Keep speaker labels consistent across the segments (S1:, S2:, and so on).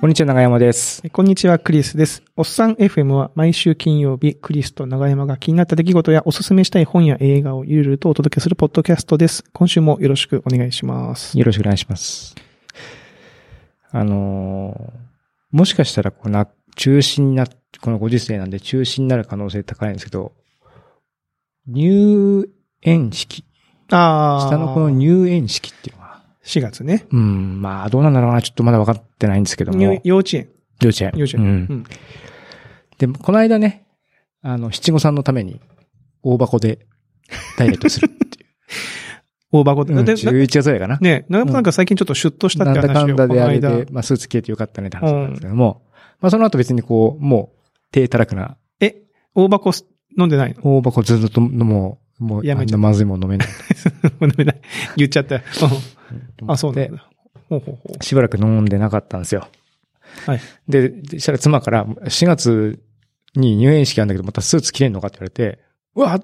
S1: こんにちは、長山です。
S2: えこんにちは、クリスです。おっさん FM は毎週金曜日、クリスと長山が気になった出来事やおすすめしたい本や映画をゆるゆるとお届けするポッドキャストです。今週もよろしくお願いします。
S1: よろしくお願いします。あのーもしかしたら、こうな、中止にな、このご時世なんで中止になる可能性高いんですけど、入園式。
S2: あー
S1: 下のこの入園式っていうのは、
S2: 4月ね。
S1: うん、まあ、どうなんだろうな、ちょっとまだ分かってないんですけども。
S2: 入幼稚園。
S1: 幼稚園。
S2: 幼稚園。
S1: うん
S2: うん
S1: で、この間ね、あの、七五三のために、大箱で、ダイレットす るっていう。
S2: 大箱で。
S1: うん、
S2: でな
S1: 11月ぐらいかな。
S2: ね長山さんが最近ちょっとシュッとしたっ
S1: なん
S2: て
S1: だ
S2: 話
S1: か
S2: を
S1: んだであれ
S2: この間
S1: で、まあ、スーツ着ててよかったねって話なんですけども、まあ、その後別にこう、もう、手たらくな、
S2: え、大箱す飲んでないの
S1: 大箱ずっと飲もう、もう、
S2: や
S1: あ
S2: め
S1: ん
S2: ちゃ
S1: なまずいもん飲めない
S2: 飲んでない。言っちゃったよ。うんあ、
S1: と
S2: そ
S1: 思
S2: う
S1: って
S2: なんだ。ほうほうほう。
S1: しばらく飲んでなかったんですよ。
S2: はい。
S1: で、でしたら妻から、4月に入園式あるんだけど、またスーツ着れんのかって言われて、うわ、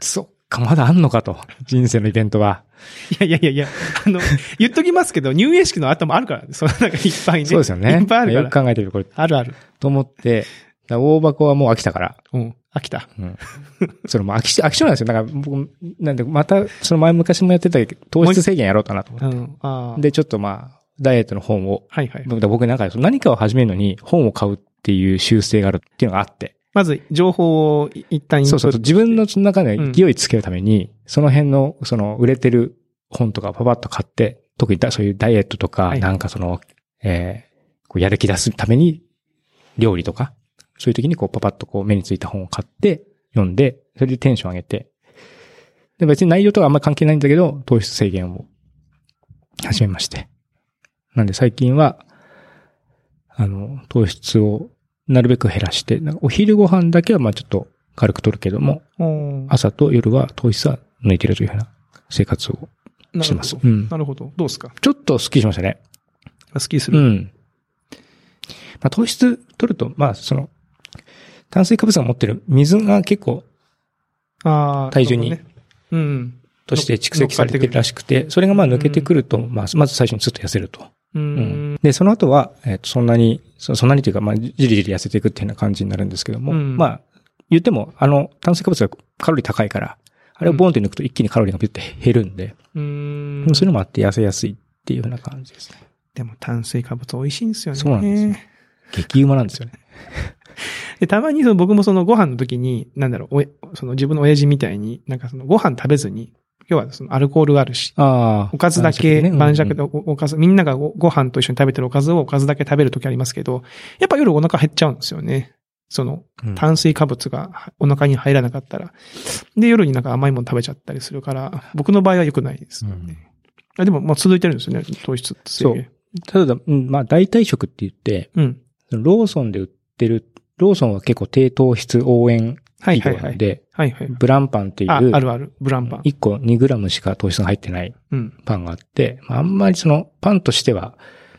S1: そっか、まだあんのかと。人生のイベントは。
S2: いやいやいやいや、あの、言っときますけど、入園式の後もあるからね。そのなんかいっぱいね。
S1: そうですよね。
S2: いっぱいあるか
S1: よ
S2: ら。
S1: く考えてるこれ。
S2: あるある。
S1: と思って、だから大箱はもう飽きたから。
S2: うん。飽きた。
S1: うん。それもう飽きし、飽き性なんですよ。だから僕、なんで、また、その前昔もやってたけど糖質制限やろうかなと思っ
S2: うん。あ
S1: て。
S2: あ。で、
S1: で、ちょっとまあ、ダイエットの本を、
S2: はいはい。
S1: 僕僕なんか何かを始めるのに本を買うっていう習性があるっていうのがあって。
S2: まず、情報を一旦インプ
S1: そう
S2: ッ
S1: そ
S2: ト
S1: うそう。自分の中で勢いつけるために、その辺の、その、売れてる本とかパパッと買って、特にだそういうダイエットとか、
S2: はい
S1: なんかその、えーこうやる気出すために、料理とか、そういう時にこうパパッとこう目についた本を買って、読んで、それでテンション上げて、で別に内容とはあんまり関係ないんだけど、糖質制限を始めまして。なんで最近は、あの、糖質をなるべく減らして、なんかお昼ご飯だけはまあちょっと軽く取るけども、
S2: うんな
S1: 朝と夜は糖質は抜いてるというような生活を
S2: るほど
S1: してます。うん。
S2: なるほど。どうですか
S1: ちょっとスッキリしましたね。
S2: 好きす
S1: う
S2: る。
S1: ん。まあ、糖質取ると、まあ、その、炭水化物が持ってる水が結構
S2: ああ。
S1: 体重に
S2: なるほどねうん。
S1: として蓄積されてるらしくて、それがまあ抜けてくると、まあ、まず最初にずっと痩せると。
S2: う。
S1: うんで、その後は、えっとそんなに、そそんなにというか、まあ、じりじり痩せていくっていうような感じになるんですけども、
S2: うん
S1: まあ、言っても、あの、炭水化物がカロリー高いから、あれをボンって抜くと一気にカロリーがピュッて減るんで、
S2: うん
S1: そういうのもあって痩せやすいっていうような感じですね。
S2: でも炭水化物美味しいんですよね。
S1: そうなんですよ激うまなんですよね。
S2: で、たまにその僕もそのご飯の時に、なんだろう、おえその自分の親父みたいに、なんかそのご飯食べずに、要はそのアルコールがあるし、
S1: ああ。
S2: おかずだけ、晩酌で
S1: だ
S2: おおかず、みんながごご飯と一緒に食べてるおかずをおかずだけ食べるときありますけど、やっぱ夜お腹減っちゃうんですよね。その、炭水化物がはお腹に入らなかったら。で、夜になんか甘いもの食べちゃったりするから、僕の場合は良くないですよね。あでも、まあ続いてるんですよね、糖質制限。
S1: ただ、うん、まあ、代替食って言って、
S2: う。ん。
S1: ローソンで売ってる、ローソンは結構低糖質応援
S2: は
S1: 企
S2: いはい
S1: 業
S2: は
S1: なん
S2: い。
S1: で、
S2: はいはい。
S1: ブランパンっていう、
S2: あ、あるある。ブランパン。
S1: 1個2グラムしか糖質が入ってない
S2: うん。
S1: パンがあって、まあ、あんまりそのパンとしては、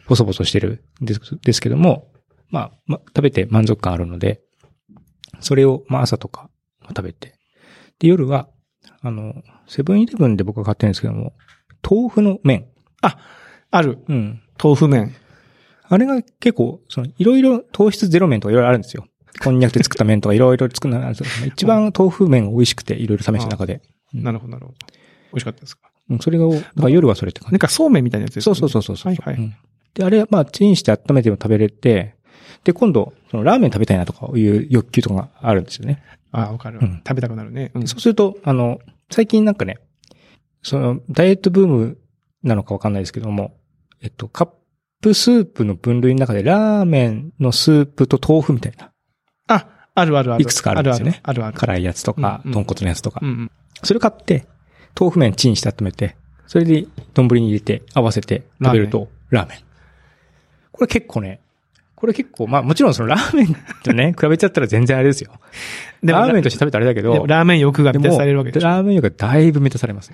S1: ボソボソしてるんですですけども、まあ、まあ、食べて満足感あるので、それを、まあ、朝とか食べて。で、夜は、あの、セブンイレブンで僕が買ってるんですけども、豆腐の麺。
S2: ある。
S1: うん。
S2: 豆腐麺。
S1: あれが結構、その、いろいろ糖質ゼロ麺とかいろいろあるんですよ。こんにゃくで作った麺とかいろいろ作るのがあるんですけど一番豆腐麺が美味しくていろいろ試した中で。うん
S2: なるほど、なるほど。美味しかったですか。
S1: うんそれが、だから夜はそれって感じ
S2: なんかそうめんみたいなやつです
S1: そ
S2: よ
S1: う
S2: ね。
S1: そうそうそうそう。
S2: はいはい
S1: うんで、あれ、まあ、チンして温めても食べれて、で、今度、そのラーメン食べたいなとかいう欲求とかがあるんですよね。
S2: ああ、わかる、
S1: うん
S2: 食べたくなるね。うん。
S1: そうすると、あの、最近なんかね、その、ダイエットブームなのかわかんないですけども、えっと、カップスープの分類の中で、ラーメンのスープと豆腐みたいな、
S2: あ、あるあるある。
S1: いくつかあるんですよね
S2: あるある。あるある。
S1: 辛いやつとか、
S2: うんうん
S1: 豚骨のやつとか、
S2: うんうん。
S1: それ買って、豆腐麺チンして温めて、それで丼に入れて合わせて食べるとラーメン。これ結構ね、これ結構、まあもちろんそのラーメンとね、 比べちゃったら全然あれですよ。
S2: でも
S1: ラーメンとして食べたらあれだけど、
S2: でもラーメン欲が満たされるわけで
S1: で
S2: し
S1: も
S2: ょ。
S1: ラーメンよりだいぶ満たされます。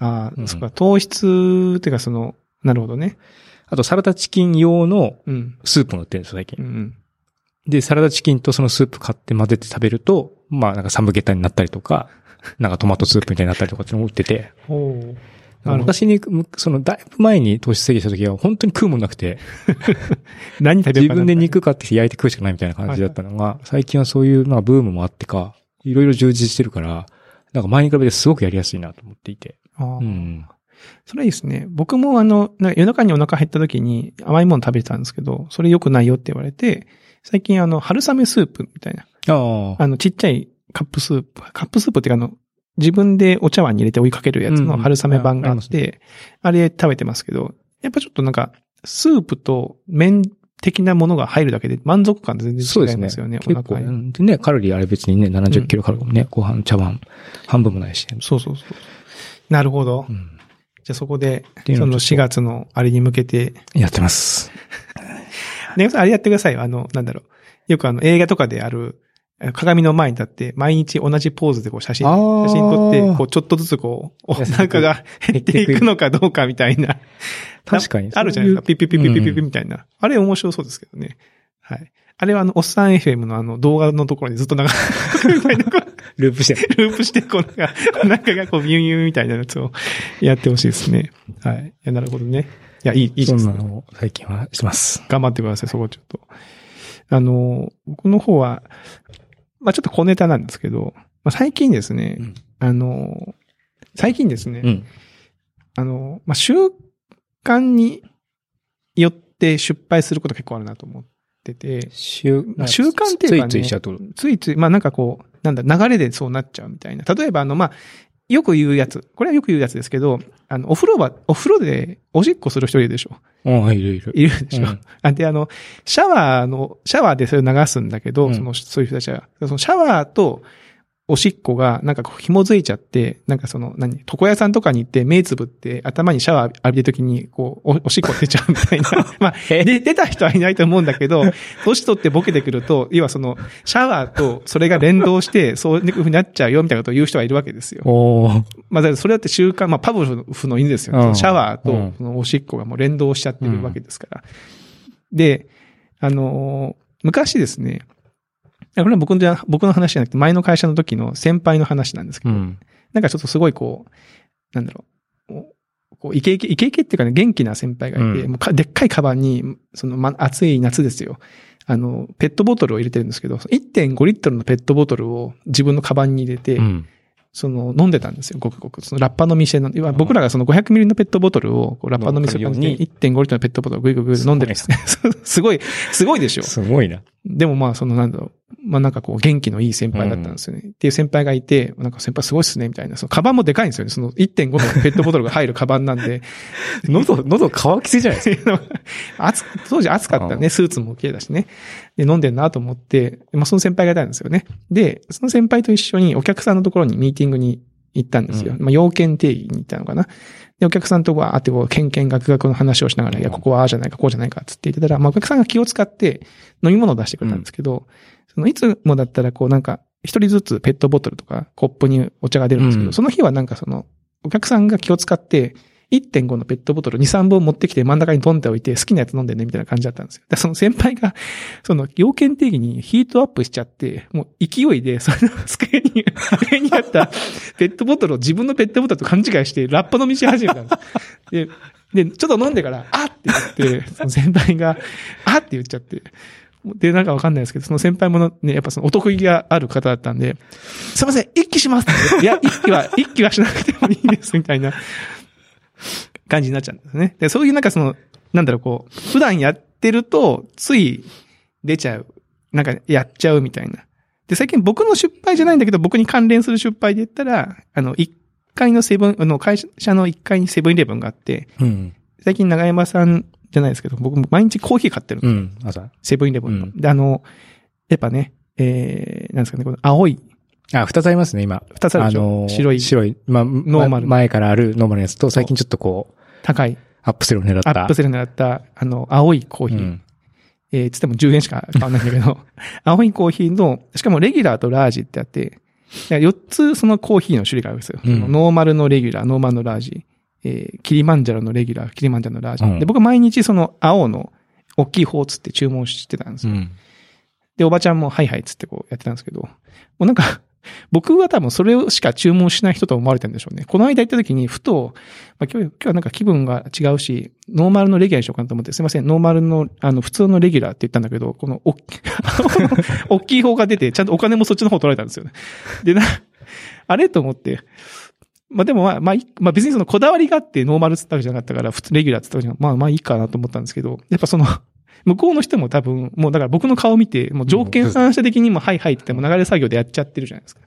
S2: ああ、
S1: うん
S2: そっか。糖質っていうかその、なるほどね。
S1: あとサラダチキン用の
S2: うん。
S1: スープも売ってるんですよ、最
S2: う
S1: 近。
S2: ん。
S1: で、サラダチキンとそのスープ買って混ぜて食べると、まあなんかサムゲタンになったりとか、なんかトマトスープみたいになったりとかっていうのも売ってて、
S2: おーなるほど
S1: 昔に、むその、だいぶ前に糖質制限した時は、本当に食うもんなくて、
S2: 何食べよ
S1: 自
S2: うかな
S1: 分で肉買ってきて焼いて食うしかないみたいな感じだったのが、最近はそういう、まあ、ブームもあってか、いろいろ充実してるから、なんか前に比べてすごくやりやすいなと思っていて。
S2: あー
S1: うん。
S2: それいいですね。僕もあの、なんか夜中にお腹減った時に甘いもの食べてたんですけど、それ良くないよって言われて、最近あの、春雨スープみたいな、
S1: ああ。
S2: あの、ちっちゃいカップスープ、カップスープっていうかあの、自分でお茶碗に入れて追いかけるやつ
S1: うんう
S2: の
S1: ん
S2: 春雨版があ
S1: あありま
S2: っ
S1: す
S2: て、あれ食べてますけど、やっぱちょっとなんか、スープと麺的なものが入るだけで満足感全
S1: そう
S2: 然
S1: で
S2: 違い
S1: すね。
S2: ますよね、お
S1: 結構、
S2: 腹
S1: う
S2: に。
S1: んでね、カロリーあれ別にね、70キロカロリーもね、ご飯、茶碗、半分もないし。
S2: そうそうそう。なるほど。
S1: うん。
S2: じゃあそこで、
S1: ていう
S2: そ
S1: のをちょっと
S2: の4月のあれに向けて、
S1: やってます。
S2: ねあれやってくださいよ。あの、なんだろう。よくあの、映画とかである、え鏡の前に立って、毎日同じポーズでこう写真、
S1: あー
S2: 写真撮って、こう、ちょっとずつこう、お
S1: 痩せていく
S2: 腹が減っていくのかどうかみたいな。
S1: 確かに。
S2: あるじゃないですか。ピッピッピッピッピッピッピ
S1: う
S2: ッ
S1: ん
S2: みたいな。あれ面白そうですけどね。はい。あれはあの、おっさん FM のあの、動画のところにずっと流れみたいな、こう
S1: ループして。
S2: ループして、こう、なんか、お腹がこう、ビュンビュンみたいなやつをやってほしいですね。はい。いや、なるほどね。いや、いい、いいです
S1: そ
S2: ね
S1: んなのを最近はしてます。
S2: 頑張ってください、そこちょっと。あの、僕の方は、まあちょっと小ネタなんですけど、まあ、最近ですね、
S1: うん
S2: あの、最近ですね、
S1: うん。
S2: あの、まあ習慣によって失敗すること結構あるなと思ってて、
S1: 習
S2: まあ習慣っていうかね
S1: ついついしちゃうってこと。
S2: ついつい、まあなんかこう、なんだ、流れでそうなっちゃうみたいな。例えばあの、まあ、よく言うやつ。これはよく言うやつですけど、あの、お風呂は、お風呂でおしっこする人いるでしょ
S1: ああ、いるいる。
S2: いるでしょ、
S1: うん
S2: あで、あの、シャワーの、シャワーでそれを流すんだけど、
S1: うん
S2: その、そういう人たちは、そのシャワーと、おしっこが、なんかこう、紐づいちゃって、なんかその、何、床屋さんとかに行って、目つぶって、頭にシャワー浴びてるときに、こうお、おしっこ出ちゃうみたい な。まあ、で、出た人はいないと思うんだけど、年取ってボケてくると、要はその、シャワーと、それが連動して、そういうふうになっちゃうよ、みたいなことを言う人がいるわけですよ。
S1: おお。
S2: まあ、だからそれだって習慣、まあ、パブロフの犬ですよね。
S1: うん
S2: そのシャワー
S1: う
S2: と
S1: ん
S2: そのおしっこがもう連動しちゃってるわけですから。で、あのー昔ですね、これは僕のじゃ僕の話じゃなくて、前の会社の時の先輩の話なんですけ
S1: う
S2: ど、
S1: ん。
S2: なんかちょっとすごいこう、なんだろう、こうこうイケイケ、イケイケっていうかね、元気な先輩がいて、
S1: うん
S2: もうかでっかいカバンに、その、ま、暑い夏ですよ。あの、ペットボトルを入れてるんですけど、1.5リットルのペットボトルを自分のカバンに入れて、
S1: うん。
S2: その、飲んでたんですよ、ごくごく。そのラッパ飲みして飲んで、いわ僕らがその500ミリのペットボトルをこうラッパ飲みする感じ
S1: 飲
S2: で、
S1: むよ
S2: 1.5リットルのペットボトルをグイグイグイ飲んでるんですね。 すごい、すごいでしょ。
S1: すご いな。
S2: でもまあ、そのなんだろう。まあなんかこう、元気のいい先輩だったんですよね。っていう先輩がいて、なんか先輩すごいっすね、みたいな。その、カバンもでかいんですよね。その1.5のペットボトルが入るカバンなんで。
S1: 喉、喉乾きすぎじゃないです
S2: っていうのが 暑当時暑かったね。スーツも綺麗だしね。で、飲んでるなと思って、まあ、その先輩がいたんですよね。で、その先輩と一緒にお客さんのところにミーティングに行ったんですよ。
S1: う
S2: まあ、要件定義に行ったのかな。で、お客さんとこはあってこう、ケンケンガクガクの話をしながら、いや、ここはああじゃないか、こうじゃないか、つって言ってたら、まあ、お客さんが気を使って飲み物を出してくれたんですけど、その、いつもだったら、こう、なんか、一人ずつペットボトルとかコップにお茶が出るんですけど、
S1: うん
S2: その日はなんかその、お客さんが気を使って、1.5のペットボトル2、3本持ってきて真ん中にドンって置いて好きなやつ飲んでねみたいな感じだったんですよ。でその先輩が、その要件定義にヒートアップしちゃって、もう勢いで、その机に、上にあったペットボトルを自分のペットボトルと勘違いしてラッパ飲みし始めたんですよ。で、で、ちょっと飲んでから、あって言って、その先輩が、あって言っちゃって。で、なんかわかんないですけど、その先輩もね、やっぱそのお得意がある方だったんで、すいません、一気します っていや、一気は、一気はしなくてもいいんです、みたいな感じになっちゃうんですね。で、そういうなんかその、なんだろう、こう、普段やってると、つい出ちゃう。なんか、やっちゃうみたいな。で、最近僕の失敗じゃないんだけど、僕に関連する失敗で言ったら、あの、1階のセブン、あの、会社の1階にセブンイレブンがあって、
S1: か。うん。
S2: 最近長山さんじゃないですけど、僕毎日コーヒー買ってるんですよ
S1: うん。朝。
S2: セブンイレブンの。
S1: うん
S2: で、あの、やっぱね、えー、なんですかね、この青い、
S1: あ、二つありますね、今。
S2: 二つあるでしょ
S1: ー
S2: 白い
S1: 白い。まあ、ノ
S2: ーマル
S1: 前からあるノーマルのやつと、最近ちょっとこう、
S2: 高い、
S1: アップセルを狙った。
S2: アップセルになった、あの、青いコーヒー。
S1: うん。
S2: えー、つっても10円しか買わないんだけ ど、青いコーヒーの、しかもレギュラーとラージってあって、4つそのコーヒーの種類があるんですよ。
S1: うん
S2: ノーマルのレギュラー、ノーマルのラージ、えーキリマンジャロのレギュラー、キリマンジャロのラージ。
S1: うん
S2: で、僕毎日その青の大きい方つって注文してたんですよ
S1: うん。
S2: で、おばちゃんもはいはいっつってこうやってたんですけど、もうなんか、僕は多分それしか注文しない人と思われてるんでしょうね。この間行った時に、ふと、まあ、今日、今日はなんか気分が違うし、ノーマルのレギュラーにしようかなと思って、すいません、ノーマルの、あの、普通のレギュラーって言ったんだけど、この、おっ き、大きい方が出て、ちゃんとお金もそっちの方取られたんですよね。で、な、あれと思って、まあでもまあ、まあいい、まあ別にそのこだわりがあってノーマルつったわけじゃなかったから、普通レギュラーつったわけじゃなまあまあいいかなと思ったんですけど、やっぱその、向こうの人も多分、もうだから僕の顔見て、もう条件反射的にもはいはいって言っても流れ作業でやっちゃってるじゃないですか。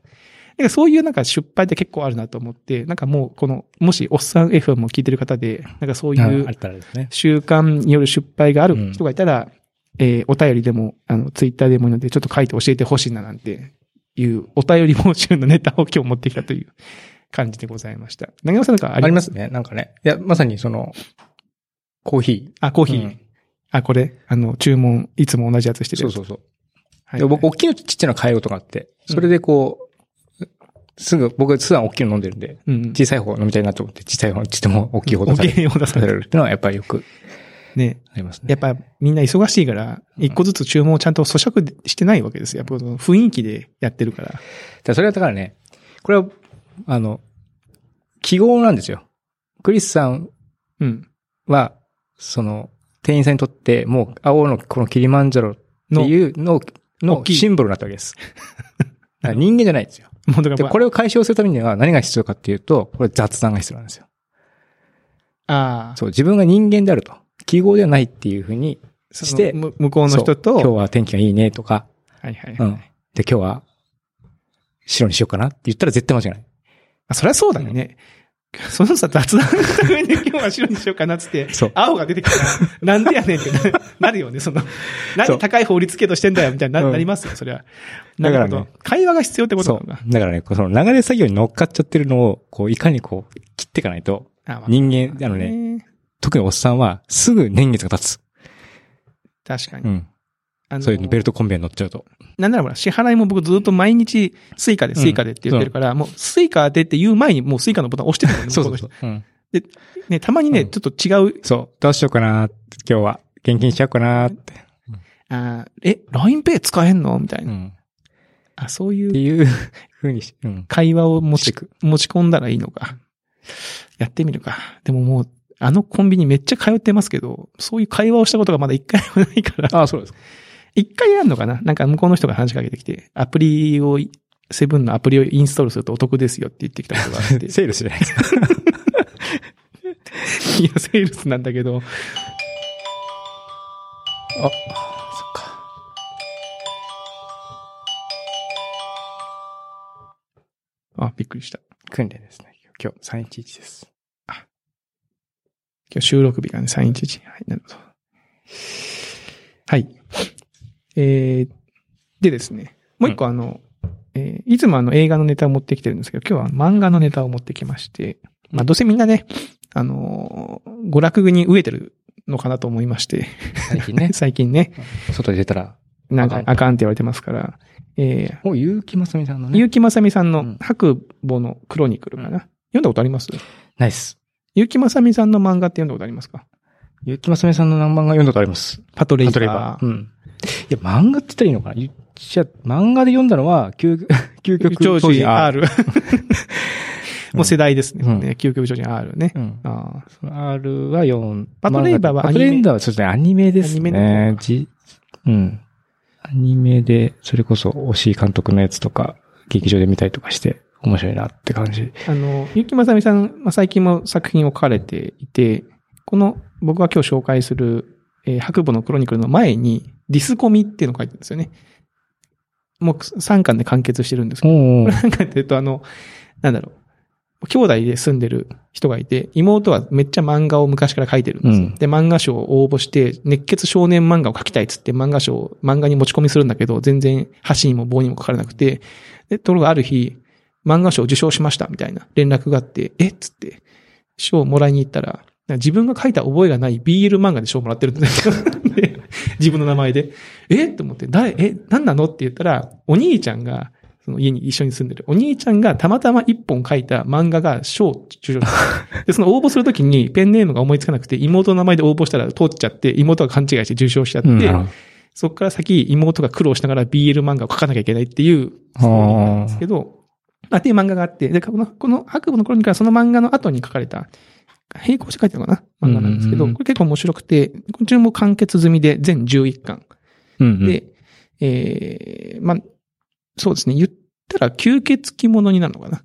S2: なんかそういうなんか失敗って結構あるなと思って、なんかもうこの、もしおっさん FM も聞いてる方で、なんかそういう
S1: ああったらですね。
S2: 習慣による失敗がある人がいたら、えーお便りでも、あの、ツイッターでもいいので、ちょっと書いて教えてほしいななんていう、お便り募集のネタを今日持ってきたという感じでございました。長山さんなんかあ
S1: あり
S2: り
S1: ま
S2: ます
S1: すね。なんかね。いや、まさにその、コーヒ
S2: あコーヒー。
S1: うん
S2: あ、これあの、注文、いつも同じやつして
S1: ー。
S2: る
S1: そ
S2: や
S1: う
S2: つ。
S1: そうそう。
S2: はい
S1: で僕、大きいのとちっちゃいの変えようとかあって、それでこう、すぐ、僕、普段大きいの飲んでるんで、
S2: うん。
S1: 小さい方飲みたいなと思って、小さい方、ちっても大きい方出
S2: お
S1: される。
S2: 芸を出さ
S1: 出さ
S2: れ
S1: れ
S2: る。
S1: るってのはやっぱりよく
S2: ね。
S1: ありますね。
S2: やっぱみんな忙しいから、一個ずつ注文をちゃんと咀嚼してないわけですよ。やっぱその雰囲気でやってるから。
S1: だそれはだからね、これは、あの、記号なんですよ。クリスさん
S2: うん。
S1: は、その、店員さんにとって、もう、青のこのキリマンジャロっていうのを、
S2: 大
S1: の
S2: きい
S1: シンボルになったわけ です。だから人間じゃないんですよ。
S2: もうだか
S1: で、
S2: ら、
S1: これを解消するためには何が必要かっていうと、これ雑談が必要なんですよ。
S2: ああ。
S1: そう、自分が人間であると。記号ではないっていうふうにし
S2: して、
S1: て、
S2: む向こうの人
S1: そう今
S2: と、
S1: 日は天気がいいねとか、
S2: はいはい。
S1: うん。で、今日は、白にしようかなって言ったら絶対間違いない。
S2: あ、そりゃそうだよね。そのさ、雑談の上に今日は白にしようかなっつって
S1: そう、
S2: 青が出てきた ら、なんでやねんってななるよね、その、
S1: そう
S2: 何高い法律系としてんだよ、みたいにな
S1: うん
S2: なりますよ、それは。
S1: だからね
S2: なるほど会話が必要ってこと
S1: そ
S2: な
S1: う
S2: のか。。
S1: だからね、その流れ作業に乗っかっちゃってるのを、こう、いかにこう、切っていかないと、
S2: あまあ
S1: 人間、あのね、
S2: ね。
S1: 特におっさんは、すぐ年月が経つ。
S2: 確か
S1: う
S2: に。
S1: ん。
S2: あの
S1: そういうベルトコンベアに乗っちゃうと。
S2: なんならほら、支払いも僕ずっと毎日、スイカでスイカでって言ってるから、もうスイカでって言う前にもうスイカのボタン押してるもんね、
S1: そう
S2: 向こ
S1: そう
S2: の
S1: うそ
S2: 人
S1: う。うん。
S2: ね、たまに
S1: う
S2: ね、
S1: ん
S2: ちょっと違う、
S1: そう。どうしようかなって今日は。現金しちゃおうかなって。
S2: あーえ、LINEPay 使えんのみたいうな。
S1: ん。
S2: あ、そういう
S1: っていうふうにし、うん。
S2: 会話を持
S1: して
S2: ち
S1: く、
S2: 持ち込んだらいいのか。やってみるか。でももう、あのコンビニめっちゃ通ってますけど、そういう会話をしたことがまだ一回もないから。
S1: ああ、そうです。
S2: 一回やるのかななんか向こうの人が話しかけてきて、アプリを、セブンのアプリをインストールするとお得ですよって言ってきたこと があって。い
S1: セールスじゃないですか。
S2: や、セールスなんだけど、
S1: あ、そっか。
S2: あ、びっくりした。
S1: 訓練ですね。今日、311です。
S2: 今日収録日がね、311。はい、なるほど。はい。えー、でですね、もう一個あの、えーいつもあの映画のネタを持ってきてるんですけど、今日は漫画のネタを持ってきまして、まあどうせみんなね、あのー娯楽に飢えてるのかなと思いまして、。
S1: 最近 ね
S2: 最近ね、
S1: 外に出たら、
S2: なんか
S1: あかん
S2: あかんって言われてますから、えー、
S1: もう、結城まさみさんのね。
S2: 結城まさみさん
S1: う
S2: の
S1: ん
S2: 白母のクロニクルかな。
S1: うん
S2: 読んだことあります
S1: ナイス。
S2: 結城まさみさんの漫画って読んだことありますか
S1: 結城まさみさんの何漫画読んだことあります。
S2: パトレイバー。
S1: 例えば。うん。いや、漫画って言ったらいいのかな言っちゃ、漫画で読んだのは、究 究極
S2: 超
S1: 超
S2: 人
S1: 人 R。
S2: R。もう世代ですね。
S1: うん
S2: ね究極超人 R ね。
S1: うん。
S2: あー
S1: その R は4。
S2: パトレイバーは
S1: 漫画
S2: ア
S1: パ
S2: ニメ
S1: トレイバーはそうですね、アニメです
S2: アニメの
S1: ね。じうん。アニメで、それこそ、押井監督のやつとか、劇場で見たりとかして、面白いなって感じ。
S2: あの、ゆきまさみさん、まあ、最近も作品を書かれていて、この僕が今日紹介する、えー白母のクロニクルの前に、ディスコミっていうのを書いてるんですよね。もう3巻で完結してるんですけど
S1: お
S2: これ
S1: ー
S2: なんかっていうと、あの、なんだろう。兄弟で住んでる人がいて、妹はめっちゃ漫画を昔から書いてるんですよ。
S1: うん
S2: で、漫画賞を応募して、熱血少年漫画を書きたいっつって漫画賞を漫画に持ち込みするんだけど、全然箸にも棒にもかからなくて、で、ところがある日、漫画賞を受賞しましたみたいな連絡があって、えっつって、賞をもらいに行ったら、自分が書いた覚えがない BL 漫画で賞をもらってるんですよ。で 自分の名前で。えと思って、誰、え、何なのって言ったら、お兄ちゃんが、その家に一緒に住んでる。お兄ちゃんがたまたま一本書いた漫画が賞受賞 した。で、その応募するときにペンネームが思いつかなくて、妹の名前で応募したら通っちゃって、妹が勘違いして受賞しちゃって、
S1: うんなるほど
S2: そこから先妹が苦労しながら BL 漫画を描かなきゃいけないっていうストーリーなんですけど、あ、っていう漫画があって、で、この、この悪夢の頃にからその漫画の後に書かれた、並行して書いてたのかな漫画なんですけど、
S1: うんうんうん
S2: これ結構面白くて、こちらも完結済みで全11巻。
S1: うんうん。
S2: で、えー、まあ、そうですね。言ったら吸血鬼ものになるのかな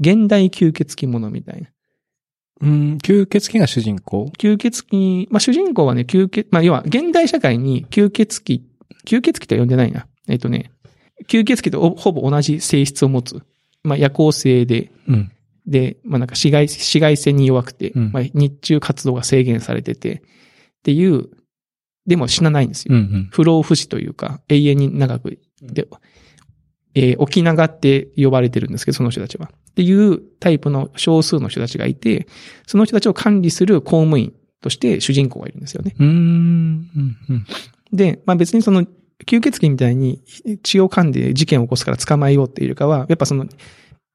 S2: 現代吸血鬼ものみたいな。
S1: うん、吸血鬼が主人公
S2: 吸血鬼、まあ、主人公はね、吸血、まあ、要は、現代社会に吸血鬼、吸血鬼とは呼んでないな。えっ、とね、吸血鬼とほほぼ同じ性質を持つ。まあ、夜行性で、
S1: うん。
S2: で、まあ、なんか紫外、紫外線に弱くて、
S1: うん
S2: まあ、日中活動が制限されてて、っていう、でも死なないんですよ。
S1: うんうん。
S2: 不老不死というか、永遠に長く、で、えー、沖縄って呼ばれてるんですけど、その人たちは。っていうタイプの少数の人たちがいて、その人たちを管理する公務員として主人公がいるんですよね。
S1: うーん。うんうん。
S2: で、まあ別にその、吸血鬼みたいに血を噛んで事件を起こすから捕まえようっていうよりかは、やっぱその、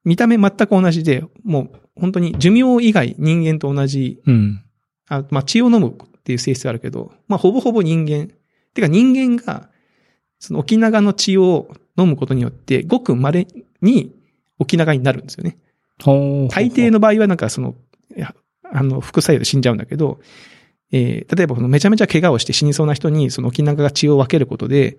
S2: 見た目全く同じで、もう本当に寿命以外人間と同じ、
S1: うん。
S2: あまあ血を飲むっていう性質はあるけど、まあほぼほぼ人間。てか人間が、その沖縄の血を飲むことによって、ごく稀に沖縄になるんですよね。
S1: ほう。
S2: 大抵の場合はなんかその、いやあの、副作用で死んじゃうんだけど、えー例えばこのめちゃめちゃ怪我をして死にそうな人にその沖縄が血を分けることで、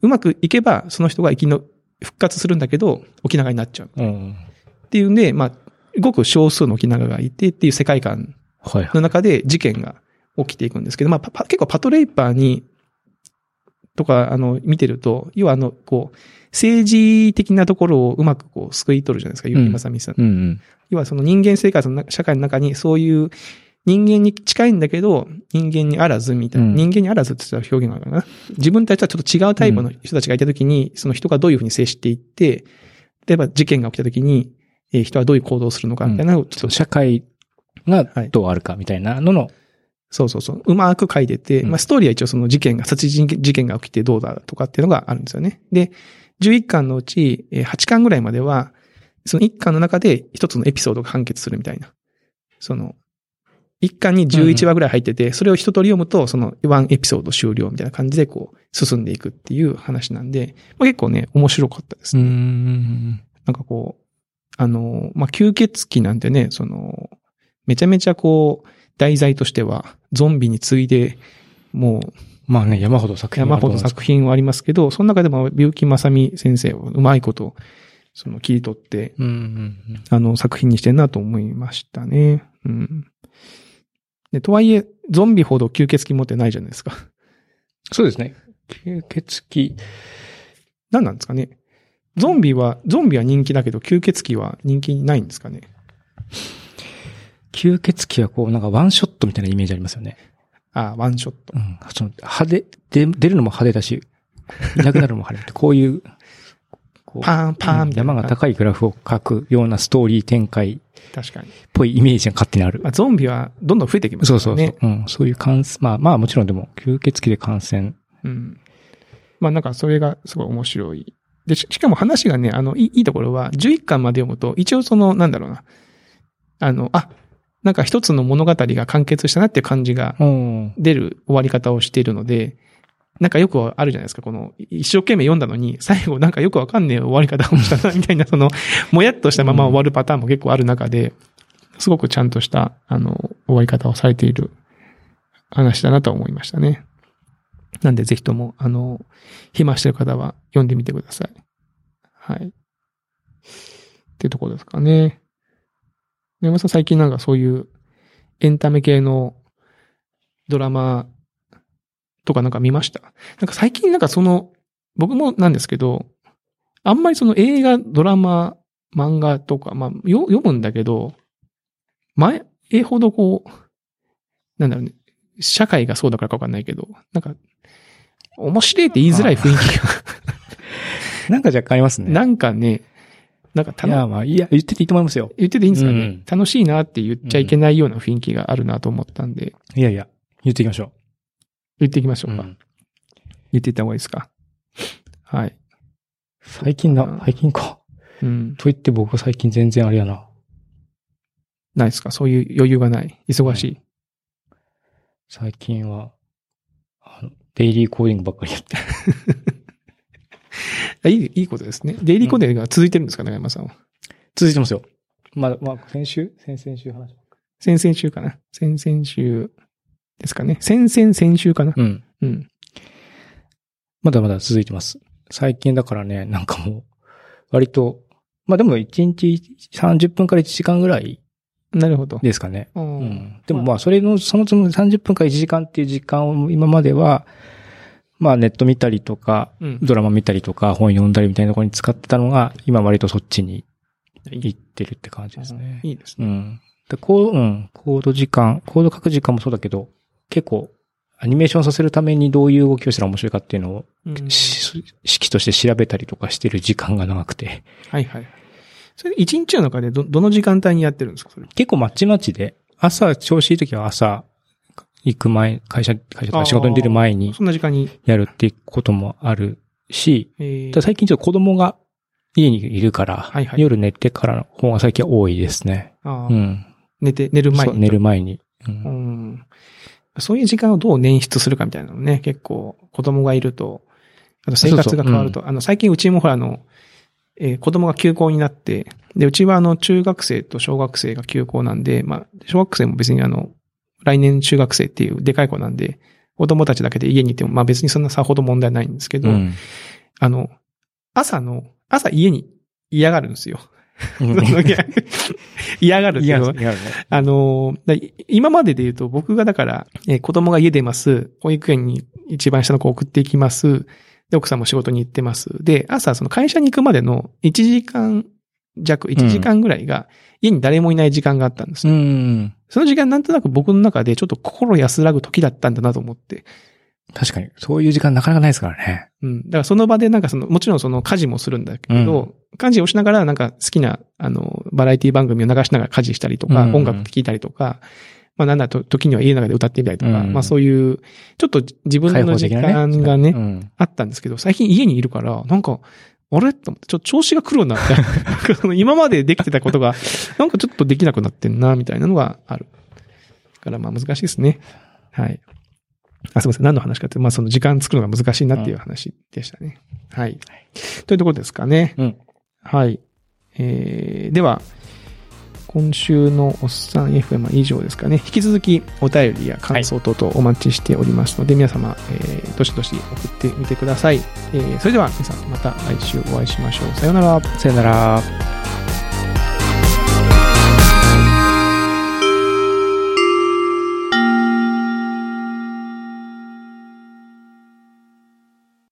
S2: うまくいけばその人が生きの、復活するんだけど、沖縄になっちゃう。
S1: うん。
S2: っていうんで、まあ、ごく少数の沖縄がいてっていう世界観
S1: はいは
S2: の中で事件が起きていくんですけど、まあ、パパ結構パトレイパーに、とか、あの、見てると、要はあの、こう、政治的なところをうまくこう、救い取るじゃないですか、ゆうきまさみさん
S1: い。うんうん。
S2: 要はその人間生活の中社会の中にそういう人間に近いんだけど、人間にあらずみたいな。
S1: うん
S2: 人間にあらずって言ったら表現があるかな。自分たちとはちょっと違うタイプの人たちがいたときに、その人がどういうふうに接していって、例えば事件が起きたときに、えー人はどういう行動をするのかみたいなのをちょっと、
S1: 社会が
S2: はい
S1: どうあるかみたいなのの、
S2: そうそうそう、うまく書いてて、
S1: うん
S2: まあストーリーは一応その事件が、殺人事件が起きてどうだとかっていうのがあるんですよね。で、11巻のうちえー8巻ぐらいまでは、その1巻の中で一つのエピソードが完結するみたいな。その、1巻に11話ぐらい入ってて、それを一通り読むと、その1エピソード終了みたいな感じでこう、進んでいくっていう話なんで、まあ、結構ね、面白かったですね。
S1: ん。
S2: なんかこう、あの、まあ、吸血鬼なんてね、その、めちゃめちゃこう、題材としては、ゾンビに次いで、もう
S1: まあね、山ほど作品は
S2: 山ほど作品はありますけど、その中でも、結城正美先生をうまいこと、その、切り取って、
S1: うんうん
S2: あの、作品にしてるなと思いましたね。うん。で、とはいえ、ゾンビほど吸血鬼持ってないじゃないですか。
S1: そうですね。吸血鬼。
S2: 何なんですかね。ゾンビは、ゾンビは人気だけど、吸血鬼は人気ないんですかね。
S1: 吸血鬼はこう、なんかワンショットみたいなイメージありますよね。
S2: ああ、ワンショット。
S1: うん。その、派手、で、出るのも派手だし、いなくなるのも派 手って、こういう、こう
S2: パーン、パーンみたいな。
S1: 山が高いグラフを描くようなストーリー展開っ
S2: 確かに。
S1: ぽいイメージが勝手にある
S2: ま。あ、ゾンビはどんどん増えてきますか
S1: そ
S2: ら
S1: う
S2: ね。
S1: そうそう。うん。そういう感染、まあまあもちろんでも、吸血鬼で感染。
S2: うん。まあなんかそれがすごい面白い。で、ししかも話がね、あの、いいいいところは、11巻まで読むと、一応その、なんだろうな。あの、あ、なんか一つの物語が完結したなっていう感じが
S1: うん。
S2: 出る終わり方をしているので、なんかよくあるじゃないですか、この、一生懸命読んだのに、最後なんかよくわかんねえ終わり方をしたな、みたいな、その、 もやっとしたまま終わるパターンも結構ある中で、すごくちゃんとした、あの、終わり方をされている話だなとは思いましたね。なんでぜひとも、あの、暇してる方は読んでみてください。はい。っていうところですかね。で山本さん最近なんかそういうエンタメ系のドラマとかなんか見ましたなんか最近なんかその、僕もなんですけど、あんまりその映画、ドラマ、漫画とか、まあ、よ読むんだけど、前、えほどこう、なんだろうね、社会がそうだからかわかんないけど、なんか、面白いって言いづらい雰囲気が、
S1: なんか若干ありますね。
S2: なんかね、なんか
S1: い
S2: 楽
S1: や、まあ、いや、言ってていいと思いますよ。
S2: 言ってていいんですかね、
S1: うん
S2: 楽しいなって言っちゃいけないような雰囲気があるなと思ったんで、
S1: いやいや、言っていきましょ
S2: 言っていきまし
S1: う。
S2: ょうか。
S1: うん
S2: 言っていった方がいいですか。はい。
S1: 最近
S2: うん
S1: な、最近か。
S2: うん。
S1: と言って僕は最近全然あれやな。
S2: ないですかそういう余裕がない。忙しい。
S1: 最近は、あの、デイリーコーディングばっかりやってる。
S2: あいい、いいことですね。デイリーコーディングが続いてるんですか、長山さんは。
S1: 続いてますよ。まあ、まあ、先週先々週話した。
S2: 先々週かな。先々週ですかね。先々先週かな。
S1: うん。
S2: うん。
S1: まだまだ続いてます。最近だからね、なんかもう、割と、まあでも1日30分から1時間ぐらい
S2: なるほど。
S1: ですかね。
S2: う。
S1: うんん。でもまあ、それの、そもそも30分から1時間っていう時間を今までは、まあネット見たりとか、
S2: うん。
S1: ドラマ見たりとか、本読んだりみたいなところに使ってたのが、今割とそっちに行ってるって感じですね。
S2: いいです
S1: う
S2: ね。
S1: ん。で、こう、うん、コード時間、コード書く時間もそうだけど、結構、アニメーションさせるためにどういう動きをしたら面白いかっていうのを、
S2: うん
S1: し式として調べたりとかしてる時間が長くて、
S2: はいはい。それ、一日の中でど、どの時間帯にやってるんですか、それ。
S1: 結構まちまちで、朝、調子いい時は朝、行く前、会社、会社とか仕事に出る前に
S2: そんな時間に。
S1: やるっていうこともあるし、
S2: え
S1: ただ
S2: ー、
S1: 最近ちょっと子供が家にいるから、
S2: はいはい
S1: 夜寝てからの方が最近は多いですね。
S2: あー
S1: うん。
S2: 寝て、寝る前
S1: そう、
S2: に。
S1: 寝る前に。うん
S2: うん。そういう時間をどう捻出するかみたいなのね、結構、子供がいると、あと生活が変わると、あの、最近うちもほら、あの、えー子供が休校になって、で、うちはあの、中学生と小学生が休校なんで、まあ、小学生も別にあの、来年中学生っていうでかい子なんで、子供たちだけで家にいても、まあ別にそんなさほど問題ないんですけど、
S1: うん。
S2: あの、朝の、朝家に嫌がるんですよ。 嫌がるっていうのは
S1: やるね。
S2: あのー、だ今までで言うと僕がだから、えー子供が家出ます。保育園に一番下の子を送っていきます。で、奥さんも仕事に行ってます。で、朝その会社に行くまでの1時間弱、1時間ぐらいが家に誰もいない時間があったんです。
S1: うん。
S2: その時間なんとなく僕の中でちょっと心安らぐ時だったんだなと思って。
S1: 確かに、そういう時間なかなかないですからね。
S2: うん。だからその場でなんかその、もちろんその家事もするんだけど、家事をしながらなんか好きな、あの、バラエティ番組を流しながら家事したりとか、
S1: うん
S2: 音楽聴いたりとか、まあなんだと、時には家の中で歌ってみたりとか、
S1: うん
S2: まあそういう、ちょっと自分
S1: 開
S2: の
S1: 放
S2: 時
S1: 的なね。
S2: 間がね、
S1: うん。
S2: あったんですけど、最近家にいるから、なんか、あれと思って、ちょっと調子が狂うな って、なんかその今までできてたことが、なんかちょっとできなくなってんな、みたいなのがある。だからまあ難しいですね。はい。あ、すみません。何の話かって、まあその時間作るのが難しいなっていう話でしたね。はい。というところですかね。
S1: うん
S2: はい。えー、では、今週のおっさん FM は以上ですかね。引き続きお便りや感想等々お待ちしておりますので、皆様、えー、どしどし送ってみてください。えー、それでは皆さんまた来週お会いしましょう。さようなら。
S1: さよなら。